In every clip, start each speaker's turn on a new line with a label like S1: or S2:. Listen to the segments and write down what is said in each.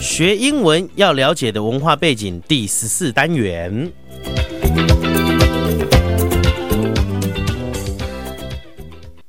S1: 学英文要了解的文化背景第十四单元。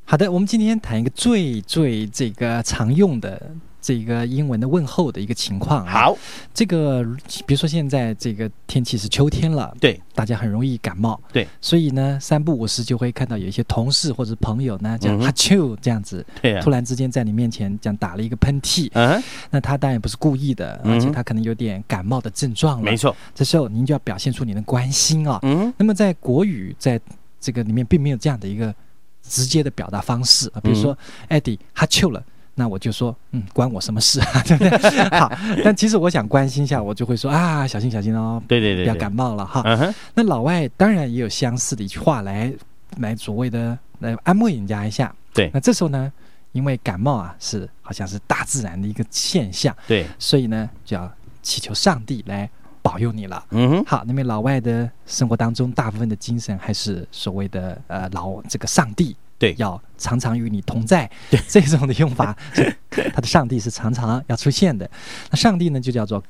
S2: 好的，我们今天谈一个最最这个常用的这个英文的问候的一个情况、啊。
S1: 好，
S2: 这个比如说现在这个天气是秋天了，
S1: 对，
S2: 大家很容易感冒，
S1: 对，
S2: 所以呢，三不五时就会看到有一些同事或者朋友呢，
S1: 嗯
S2: 讲
S1: 哼
S2: 哈啾这样子，
S1: 对啊
S2: 突，然之间在你面前这样打了一个喷嚏，
S1: 嗯，
S2: 那他当然不是故意的，
S1: 嗯
S2: 而且他可能有点感冒的症状了，
S1: 没错，
S2: 这时候您就要表现出您的关心啊、
S1: 嗯，
S2: 那么在国语在这个里面并没有这样的一个直接的表达方式啊，比如说
S1: 嗯
S2: Eddie 哈啾了。那我就说，嗯，关我什么事啊， 对不对？好，但其实我想关心一下，我就会说啊，小心小心哦，
S1: 对对
S2: 不
S1: 对，
S2: 要
S1: 对
S2: 感，冒了哈。
S1: 嗯哼，
S2: 那老外当然也有相似的一句话来来所谓的来安慰人家一下。
S1: 对
S2: 那这时候呢，因为感冒啊是好像是大自然的一个现象，
S1: 对，
S2: 所以呢就要祈求上帝来保佑你了。
S1: 嗯哼，
S2: 好，那么老外的生活当中，大部分的精神还是所谓的呃老这个上帝，
S1: 对
S2: 要常常与你同在，对 这种的用法是，他的上帝是常常要出现的。那上帝呢，就叫做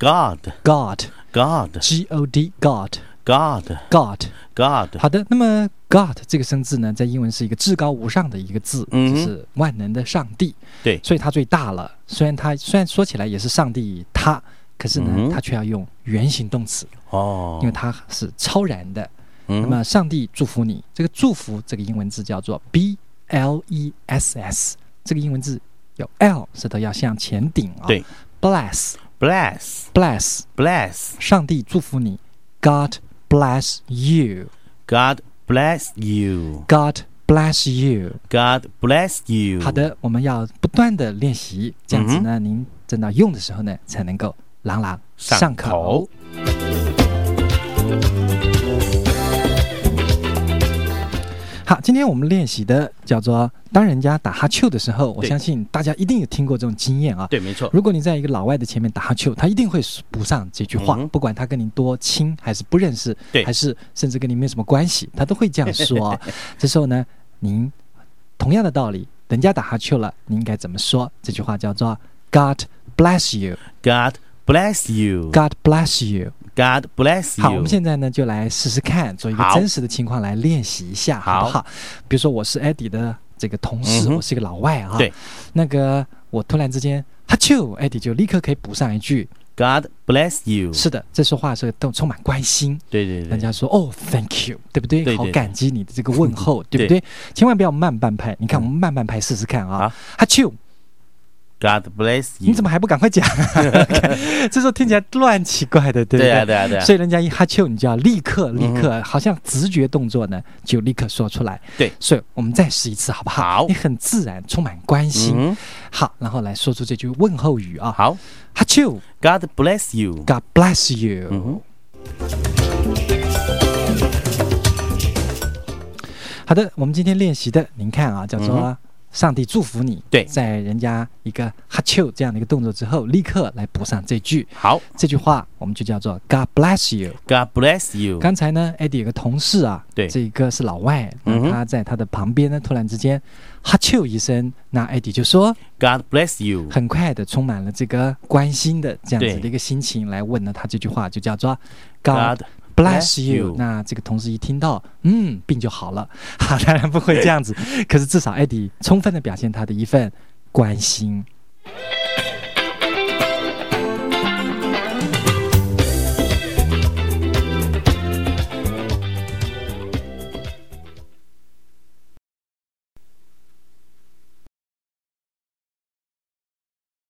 S1: ，God，God，God，God，
S2: God，God，G O D God，God。God
S1: God，
S2: 好的，那么 God 这个生字呢，在英文是一个至高无上的一个字，
S1: 嗯哼
S2: 就是万能的上帝。
S1: 对
S2: 所以它最大了。虽然它虽然说起来也是上帝他，可是呢，
S1: 嗯哼
S2: 它却要用原形动词，
S1: 哦，
S2: 因为它是超然的。那
S1: 嗯
S2: 么上帝祝福你，这个祝福这个英文字叫做 B L E S S，这个英文字有 L 舌头要向前顶啊、
S1: 对
S2: ，bless
S1: ，bless，bless，
S2: bless，上帝祝福你，God bless you，God
S1: God bless you.
S2: bless you。
S1: God bless you.
S2: 好的，我们要不断的练习，这样子
S1: 嗯
S2: 呢，您真的用的时候呢，才能够朗朗
S1: 上
S2: 上
S1: 口
S2: 口。好，今天我们练习的叫做，当人家打哈欠的时候，我
S1: 对
S2: 相信大家一定有听过这种经验啊。
S1: 对，没错。
S2: 如果你在一个老外的前面打哈欠，他一定会补上这句话，
S1: 嗯哼
S2: 不管他跟你多亲还是不认识，
S1: 对
S2: 还是甚至跟你没有什么关系，他都会这样说 啊。这时候呢，您同样的道理，人家打哈欠了，你应该怎么说？这句话叫做 “God bless you,
S1: God bless you.
S2: God bless you”。
S1: God bless you.
S2: 好，我们现在呢就来试试看，做一个
S1: 好
S2: 真实的情况来练习一下，好不好？比如说我是 Eddie 的这个同事，
S1: 嗯哼
S2: 我是一个老外啊，
S1: 对，
S2: 那个我突然之间哈啾，Eddie 就立刻可以补上一句，
S1: God bless you。
S2: 是的，这说话的时候都充满关心。
S1: 对对
S2: 人
S1: 对，
S2: 家说哦，Thank you，对不对？
S1: 对对
S2: 好
S1: 对
S2: 感激你的这个问候， 对不
S1: 对
S2: 对？千万不要慢半拍。你看，我们慢半拍试试看啊
S1: 好。
S2: 哈啾，
S1: God bless you。
S2: 你怎么还不赶快 讲？这时候听起来乱奇怪的，对不
S1: 对
S2: 对？嗯
S1: 啊对啊对啊。
S2: 所以人家一哈啾，你就要立刻立刻，好像直觉动作呢，就立刻说出来。
S1: 对
S2: 所以我们再试一次，好不好？
S1: 好
S2: 你很自然，充满关心。
S1: 嗯
S2: 好，然后来说出这句问候语啊。
S1: 好
S2: 哈啾
S1: ，God bless you。Mm-hmm.
S2: ，God bless you。
S1: 嗯哼，
S2: 好的，我们今天练习的，您看啊，叫
S1: 嗯
S2: 做
S1: 哼
S2: “上帝祝福你”。
S1: 对
S2: 在人家一个哈啾这样的一个动作之后，立刻来补上这句
S1: 好
S2: 这句话，我们就叫做 “God bless you”。
S1: ，God bless you。
S2: 刚才呢，Eddie 有个同事啊，
S1: 对
S2: 这一个是老外，
S1: 嗯
S2: 那
S1: 哼
S2: 他在他的旁边呢，突然之间哈啾一声，那 Eddie 就说，
S1: God bless you。
S2: 很快的充满了这个关心的这样子
S1: 对
S2: 的一个心情来问了他这句话，就叫做 God
S1: God
S2: bless
S1: bless
S2: you
S1: you。
S2: 那这个同事一听到，嗯，病就好了， 啊哈，当然不会这样子，可是至少 Eddie 充分的表现他的一份关心。